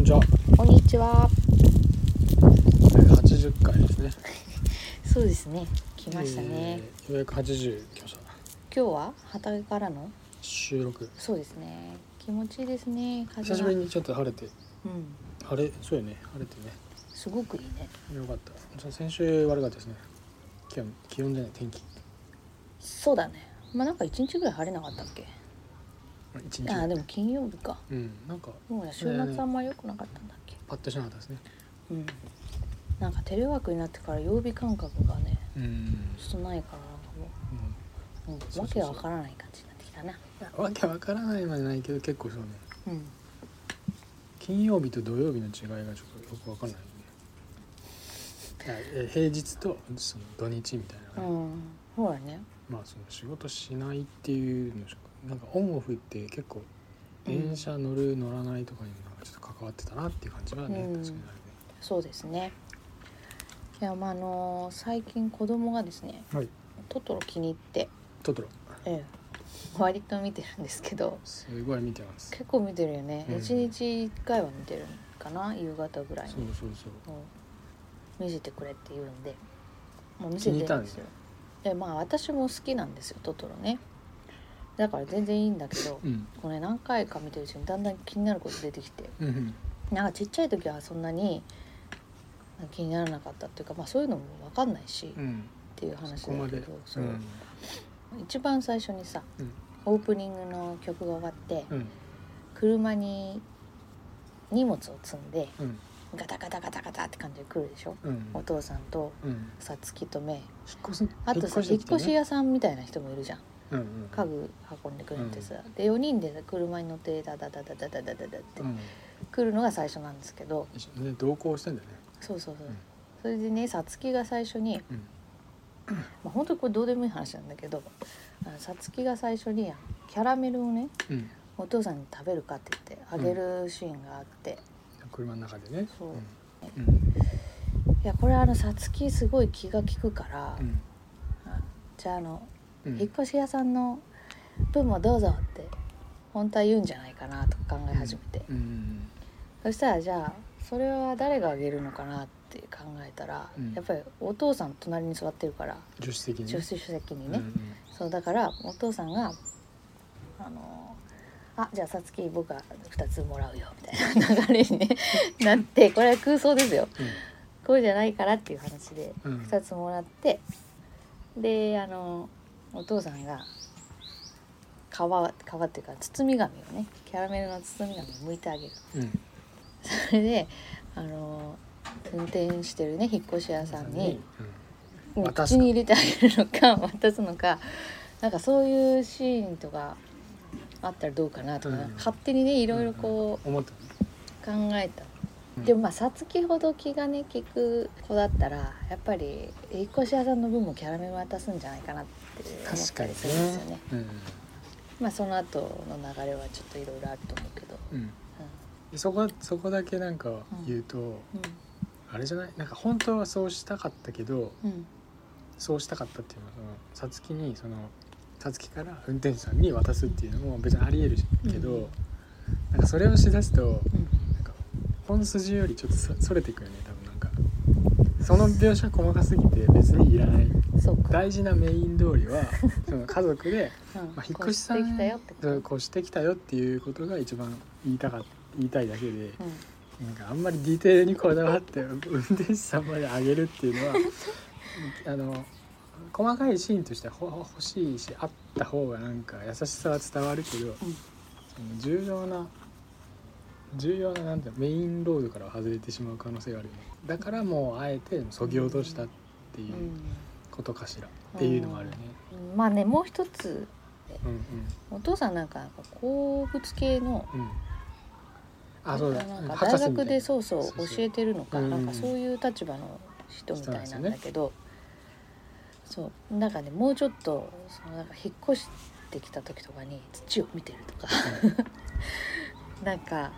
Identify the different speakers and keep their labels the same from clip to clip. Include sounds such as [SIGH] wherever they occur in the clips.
Speaker 1: んにちは。
Speaker 2: 八十回ですね。
Speaker 1: そうですね。来ましたね。
Speaker 2: えー。ようやく八十来ました。
Speaker 1: 今日は畑からの。
Speaker 2: 収録。
Speaker 1: そうですね。気持ちいいですね。風
Speaker 2: 久
Speaker 1: が
Speaker 2: しぶりにちょっと晴れて、
Speaker 1: うん。
Speaker 2: 晴れ、そうよね、晴れてね。
Speaker 1: すごくいいね。
Speaker 2: よかった。じゃあ先週悪かったですね。気温、気温じゃない天気。
Speaker 1: そうだね。まあ、なんか一日ぐらい晴れなかったっけ。
Speaker 2: まあ一日。
Speaker 1: ああ、でも金曜日か。
Speaker 2: うん、なんか
Speaker 1: もう週
Speaker 2: そうだね
Speaker 1: 末あんま良くなかったんだっけ。
Speaker 2: パッとしなかったですね。
Speaker 1: うん。なんかテレワークになってから曜日感覚がね。
Speaker 2: うん。
Speaker 1: ちょっとないから、なんかもう、もう
Speaker 2: そうそうそう
Speaker 1: わけわからない感じになってきたな。
Speaker 2: うん、わけわからないまでないけど、結構そうね。
Speaker 1: うん。
Speaker 2: 金曜日と土曜日の違いがちょっとよくわかんない、ね。あ
Speaker 1: [LAUGHS]
Speaker 2: えー平日とその土日みたいな感じ。
Speaker 1: うん。ほらね。
Speaker 2: まあその仕事しないっていうのしかなんかオンオフって結構電車乗る乗らないとかにもなんかちょっと関わってたなっていう感じはね、
Speaker 1: うん
Speaker 2: 確かに
Speaker 1: そうですね。いやまああの最近子供がですね
Speaker 2: あるねはい
Speaker 1: トトロ気に入って、
Speaker 2: トトロ
Speaker 1: ええ、割と見てるんですけど
Speaker 2: すごい見てます
Speaker 1: 結構見てるよね、
Speaker 2: うん
Speaker 1: 一日一回は見てるかな夕方ぐらい
Speaker 2: そう
Speaker 1: に
Speaker 2: そうそう
Speaker 1: もう見せてくれって言うんでもう見せてるんですよ
Speaker 2: 気に入っ
Speaker 1: ええまあ私も好きなんですよトトロねだから全然いいんだけど
Speaker 2: うん
Speaker 1: これ何回か見てるうちにだんだん気になること出てきて
Speaker 2: うんうん
Speaker 1: なんかちっちゃい時はそんなに気にならなかったっていうか、まあ、そういうのも分かんないし、
Speaker 2: う
Speaker 1: っ
Speaker 2: ん
Speaker 1: ていう話だ
Speaker 2: そこま
Speaker 1: け
Speaker 2: で
Speaker 1: ど
Speaker 2: う
Speaker 1: そうん一番最初にさ
Speaker 2: うん
Speaker 1: オープニングの曲が終わって、
Speaker 2: うん
Speaker 1: 車に荷物を積んで
Speaker 2: うん
Speaker 1: ガタガタガタガタって感じで来るでしょ、
Speaker 2: うん
Speaker 1: お父さんと
Speaker 2: うん
Speaker 1: さつきとめい
Speaker 2: 引っ越す
Speaker 1: あとさ
Speaker 2: し
Speaker 1: 引
Speaker 2: てき
Speaker 1: っ
Speaker 2: て
Speaker 1: 越し
Speaker 2: ね
Speaker 1: 屋さんみたいな人もいるじゃん
Speaker 2: うんうん
Speaker 1: 家具運んでくれてさ、で4人で車に乗ってダダダダダダダダダって
Speaker 2: うん
Speaker 1: 来るのが最初なんですけど、
Speaker 2: 一緒にね同行してんだよね
Speaker 1: そうそうそう、
Speaker 2: うん
Speaker 1: それでねさつきが最初に、
Speaker 2: うん
Speaker 1: まあ、本当にこれどうでもいい話なんだけどあのさつきが最初にキャラメルをね
Speaker 2: うん
Speaker 1: お父さんに食べるかって言ってあげるシーンがあって、
Speaker 2: 車の中でね
Speaker 1: そうん
Speaker 2: うん
Speaker 1: いやこれあのさつきすごい気が利くから、
Speaker 2: うん
Speaker 1: あじゃああの、
Speaker 2: うん
Speaker 1: 引っ越し屋さんの分もどうぞって本当は言うんじゃないかなと考え始めて、
Speaker 2: うんうん
Speaker 1: そしたらじゃあそれは誰があげるのかなって考えたら、
Speaker 2: うん
Speaker 1: やっぱりお父さん隣に座ってるから
Speaker 2: 助手席に
Speaker 1: 助手席にね、
Speaker 2: うんうん
Speaker 1: そうだからお父さんが「あのあじゃあさつき僕は2つもらうよ」みたいな流れに、ね、なってこれは空想ですよこうじゃないからっていう話で
Speaker 2: うんうん
Speaker 1: 2つもらってであのお父さんが皮皮っていうか包み紙をねキャラメルの包み紙を剥いてあげる [LAUGHS]
Speaker 2: うん
Speaker 1: それであの運転してるね引っ越し屋さんに。もう
Speaker 2: 渡す
Speaker 1: 口
Speaker 2: か
Speaker 1: に入れてあげるのか [LAUGHS] 渡すのかなんかそういうシーンとかあったらどうかなとか、
Speaker 2: うん
Speaker 1: 勝手にねいろいろこ
Speaker 2: うん思ったね
Speaker 1: う考えた、
Speaker 2: うん
Speaker 1: でもまあさつきほど気がね利く子だったらやっぱり引っ越し屋さんの分もキャラメル渡すんじゃないかなって思っ
Speaker 2: 確
Speaker 1: た
Speaker 2: か
Speaker 1: り
Speaker 2: に
Speaker 1: するんですよね
Speaker 2: ねうん
Speaker 1: まあその後の流れはちょっといろいろあると思うけど、
Speaker 2: うんでそこそこだけなんか言うと、あれじゃないなんか本当はそうしたかったけど
Speaker 1: うんうん
Speaker 2: そうしたかったっていうのはそのさつきにそのさつきから運転手さんに渡すっていうのも別にありえるけど、
Speaker 1: うん
Speaker 2: なんかそれをしだすと
Speaker 1: うん
Speaker 2: なんか本筋よりちょっとそそれていくよね多分なんかその描写細かすぎて別にいらない
Speaker 1: うんそうか、
Speaker 2: 大事なメイン通
Speaker 1: [LAUGHS]
Speaker 2: りはその家族で
Speaker 1: うん
Speaker 2: まあ、引っ越しさん
Speaker 1: こうしてきたよってこと、
Speaker 2: そう越してきたよっていうことが一番言いたかっ言いたいだけで
Speaker 1: うん
Speaker 2: なんかあんまりディテールにこだわって運転手さんまで上げるっていうのは
Speaker 1: [LAUGHS]
Speaker 2: あの細かいシーンとしてはほ欲しいしあった方がなんか優しさは伝わるけど、その重要な重要ななんていうのメインロードからは外れてしまう可能性があるよねだからもうあえてそぎ落としたっていううんことかしら、っていうのがあるよね。
Speaker 1: まあねもう一つ
Speaker 2: うんうん
Speaker 1: お父さんなんか鉱物系の
Speaker 2: うん、あそうだ
Speaker 1: なんか
Speaker 2: 博士み
Speaker 1: 大
Speaker 2: たいな
Speaker 1: 学でそうそう
Speaker 2: そうそう
Speaker 1: 教えてるのか
Speaker 2: うん
Speaker 1: なんかそういう立場の人みたいなんだけどそうなんかねもうちょっとそのなんか引っ越してきた時とかに土を見てるとか [LAUGHS] なんか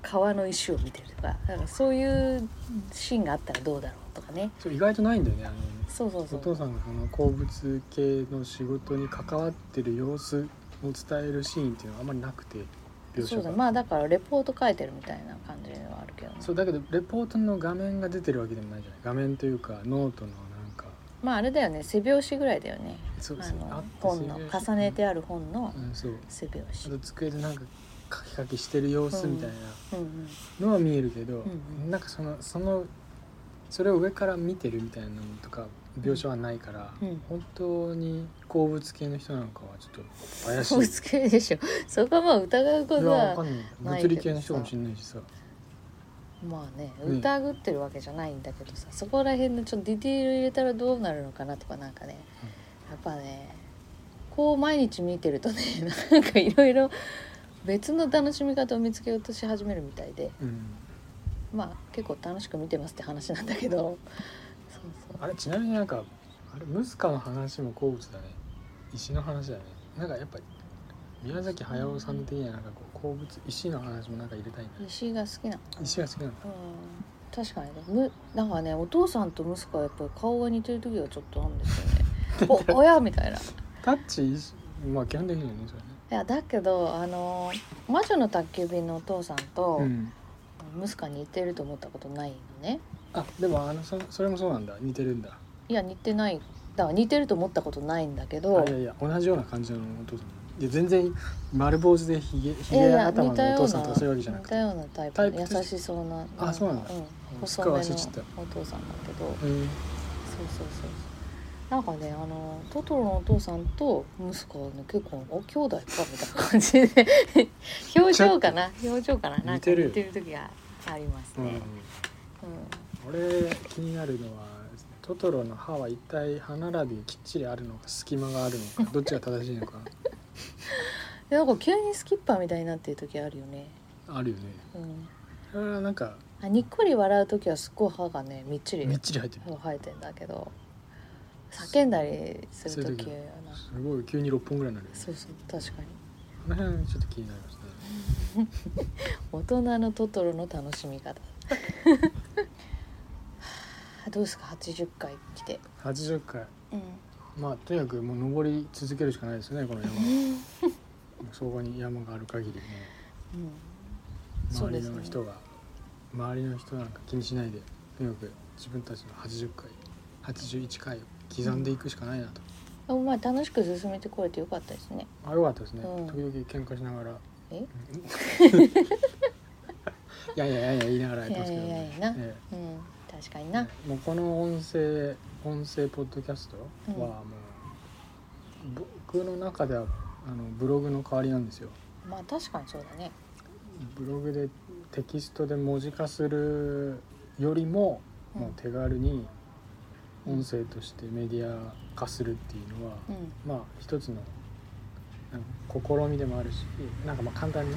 Speaker 1: 川の石を見てるとかなんかそういうシーンがあったらどうだろうとかね
Speaker 2: [LAUGHS] そう意外とないんだよねあの
Speaker 1: そうそうそ
Speaker 2: お父
Speaker 1: う
Speaker 2: さんがその鉱物系の仕事に関わってる様子を伝えるシーンっていうのはあんまりなくて描
Speaker 1: そ
Speaker 2: 写
Speaker 1: うだ
Speaker 2: が
Speaker 1: まあだからレポート書いてるみたいな感じはあるけどね
Speaker 2: そうだけどレポートの画面が出てるわけでもないじゃない画面というかノートのなんか
Speaker 1: まああれだよね背表紙ぐらいだよね
Speaker 2: そう
Speaker 1: あ
Speaker 2: そう
Speaker 1: の
Speaker 2: って
Speaker 1: 本の
Speaker 2: 背拍子
Speaker 1: 重ねてある本の
Speaker 2: うんそう
Speaker 1: 背表
Speaker 2: あ
Speaker 1: 紙
Speaker 2: と机でなんかカキカキしてる様子みたい
Speaker 1: うんうん
Speaker 2: なのは見えるけど、
Speaker 1: うんうん
Speaker 2: なんかそのそのそれを上から見てるみたいなのとか描写はないから、
Speaker 1: うん
Speaker 2: 本当に鉱物系の人なのかはちょっと怪しい
Speaker 1: ぶつけるでしょそこはまあ疑うこ
Speaker 2: い
Speaker 1: と
Speaker 2: やわか
Speaker 1: は
Speaker 2: んない
Speaker 1: ない
Speaker 2: 物
Speaker 1: けどさ
Speaker 2: 理系の人かもしれないしさ
Speaker 1: まあね
Speaker 2: うん
Speaker 1: 疑ってるわけじゃないんだけどさ、そこら辺のちょっとディティール入れたらどうなるのかなとかなんかね、やっぱねこう毎日見てるとね [LAUGHS] なんかいろいろ別の楽しみ方を見つけようとし始めるみたいで
Speaker 2: うん
Speaker 1: まあ結構楽しく見てますって話なんだけどそうそう
Speaker 2: あれちなみになんかあれムスカの話も鉱物だね石の話だねなんかやっぱり宮崎駿さん的にはなんかこう鉱物石の話もなんか入れたいな
Speaker 1: 石が好きなのかな
Speaker 2: 石が好きなの
Speaker 1: うん確かにねむなんかねお父さんと息子はやっぱり顔が似てる時がちょっとあるんですよね
Speaker 2: [LAUGHS]
Speaker 1: お親みたいない
Speaker 2: タッチ石まあ基本的にはねそれね
Speaker 1: やだけどあの「魔女の宅急便」のお父さんと
Speaker 2: うん
Speaker 1: 息子は似てると思ったことないのね
Speaker 2: あでもあのそそれもそうなんだ似てるんだ
Speaker 1: いや似てないだから似てると思ったことないんだけ
Speaker 2: あ
Speaker 1: ど
Speaker 2: いやいや同じような感じのお父さんいや全然丸坊主でひげひ
Speaker 1: いやい
Speaker 2: げ
Speaker 1: や
Speaker 2: 頭の
Speaker 1: 似
Speaker 2: お
Speaker 1: たよ
Speaker 2: 父
Speaker 1: う
Speaker 2: さんとかそういうわけじゃ
Speaker 1: な
Speaker 2: な
Speaker 1: 似
Speaker 2: く
Speaker 1: た
Speaker 2: て
Speaker 1: ようなタイ
Speaker 2: タイ
Speaker 1: プ
Speaker 2: プ
Speaker 1: の
Speaker 2: として
Speaker 1: 優しそうな
Speaker 2: あそうなんだ
Speaker 1: うん、
Speaker 2: すっか
Speaker 1: 細め
Speaker 2: り忘
Speaker 1: のお
Speaker 2: れちゃった
Speaker 1: 父さんだけどそう
Speaker 2: うん
Speaker 1: そうそうなんかねあのトトロのお父さんと息子はね結構お兄弟かみたいな感じ
Speaker 2: [LAUGHS]
Speaker 1: で表情かな表情かななん
Speaker 2: 似
Speaker 1: か
Speaker 2: てる
Speaker 1: 似てる時があります
Speaker 2: うん
Speaker 1: ね、
Speaker 2: 俺気になるのはトトロの歯は一体歯並びきっちりあるのか隙間がある
Speaker 1: [LAUGHS]
Speaker 2: のかどっちが正しいのか
Speaker 1: うん、でなんか急にスキッパーみたいになってる時あるよね
Speaker 2: あるよね
Speaker 1: うん
Speaker 2: それはなんか
Speaker 1: あにっこり笑う時はすっごい歯がねみっちり
Speaker 2: みっちり入ってる
Speaker 1: 生えてんだけど叫んだりする時
Speaker 2: そう
Speaker 1: は
Speaker 2: い
Speaker 1: な
Speaker 2: すごい急に6本ぐらいになるよね
Speaker 1: そうそう確かに
Speaker 2: この辺ちょっと気になりますね
Speaker 1: 大人のトトロの楽しみ方 [LAUGHS] どうですか80回来て、
Speaker 2: 80回
Speaker 1: うん、
Speaker 2: まあとにかくもう登り続けるしかないですよねこの山
Speaker 1: [LAUGHS]
Speaker 2: はそこに山がある限りね
Speaker 1: そう
Speaker 2: 周
Speaker 1: で
Speaker 2: り
Speaker 1: すね
Speaker 2: の人が、周りの人なんか気にしないでとにかく自分たちの80回81回を刻んでいくしかないなと、
Speaker 1: でもまあ楽しく進めてこれてよかったですね
Speaker 2: あよかったですね、
Speaker 1: うん
Speaker 2: 時々喧嘩しながら
Speaker 1: え
Speaker 2: うんいやいやいやいや言いながらやってますけど
Speaker 1: いやい
Speaker 2: ね
Speaker 1: やいやいやな
Speaker 2: え
Speaker 1: うん確かに
Speaker 2: え
Speaker 1: な、
Speaker 2: もうこの音声音声ポッドキャスト
Speaker 1: うん
Speaker 2: はもう、僕の中ではあのブログの代わりなんですよ
Speaker 1: まあ確かにそうだね
Speaker 2: ブログでテキストで文字化するよりも、
Speaker 1: うん
Speaker 2: もう手軽に
Speaker 1: うん
Speaker 2: 音声としてメディア化するっていうのは、
Speaker 1: うん、
Speaker 2: まあ一つのなんか試みでもあるしなんかまあ簡単に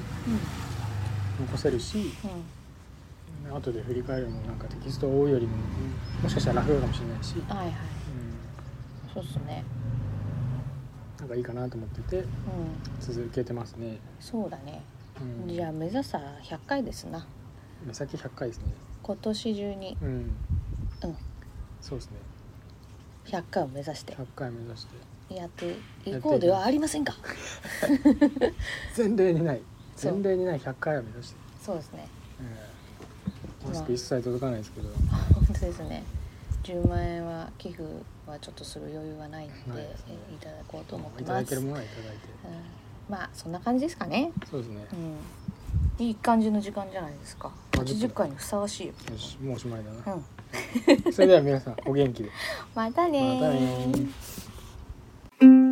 Speaker 2: 残せるし
Speaker 1: うんうん
Speaker 2: 後で振り返るのもなんかテキスト多いよりももしかしたら楽かもしれないし、うん、
Speaker 1: はいはいそうっすね
Speaker 2: なんかいいかなと思ってて
Speaker 1: うん
Speaker 2: 続けてますね。
Speaker 1: そうだね
Speaker 2: うん、
Speaker 1: じゃあ目指すは100回ですな
Speaker 2: 目先100回ですね。
Speaker 1: 今年中に
Speaker 2: うん、
Speaker 1: うん
Speaker 2: そうですね
Speaker 1: 100回を目指して
Speaker 2: 100回目指して
Speaker 1: やっていこうではありませんか
Speaker 2: 前例にない
Speaker 1: そう
Speaker 2: 前例にない100回を目指して、
Speaker 1: そうですね
Speaker 2: ええ
Speaker 1: まあ
Speaker 2: マスク一切届かないですけど、
Speaker 1: 本当ですね10万円は寄付はちょっとする余裕はないんで、
Speaker 2: ないですね
Speaker 1: えいただこうと思って
Speaker 2: いただ
Speaker 1: ま
Speaker 2: け
Speaker 1: す
Speaker 2: るものはいただいて
Speaker 1: うんまあそんな感じですかね
Speaker 2: そうですね
Speaker 1: うんいい感じの時間じゃないですか
Speaker 2: あちょっと
Speaker 1: 80回にふさわしいよ、
Speaker 2: よしもうおしまいだ
Speaker 1: う
Speaker 2: な、
Speaker 1: ん、
Speaker 2: それでは皆さんお元気で
Speaker 1: またねー
Speaker 2: またねー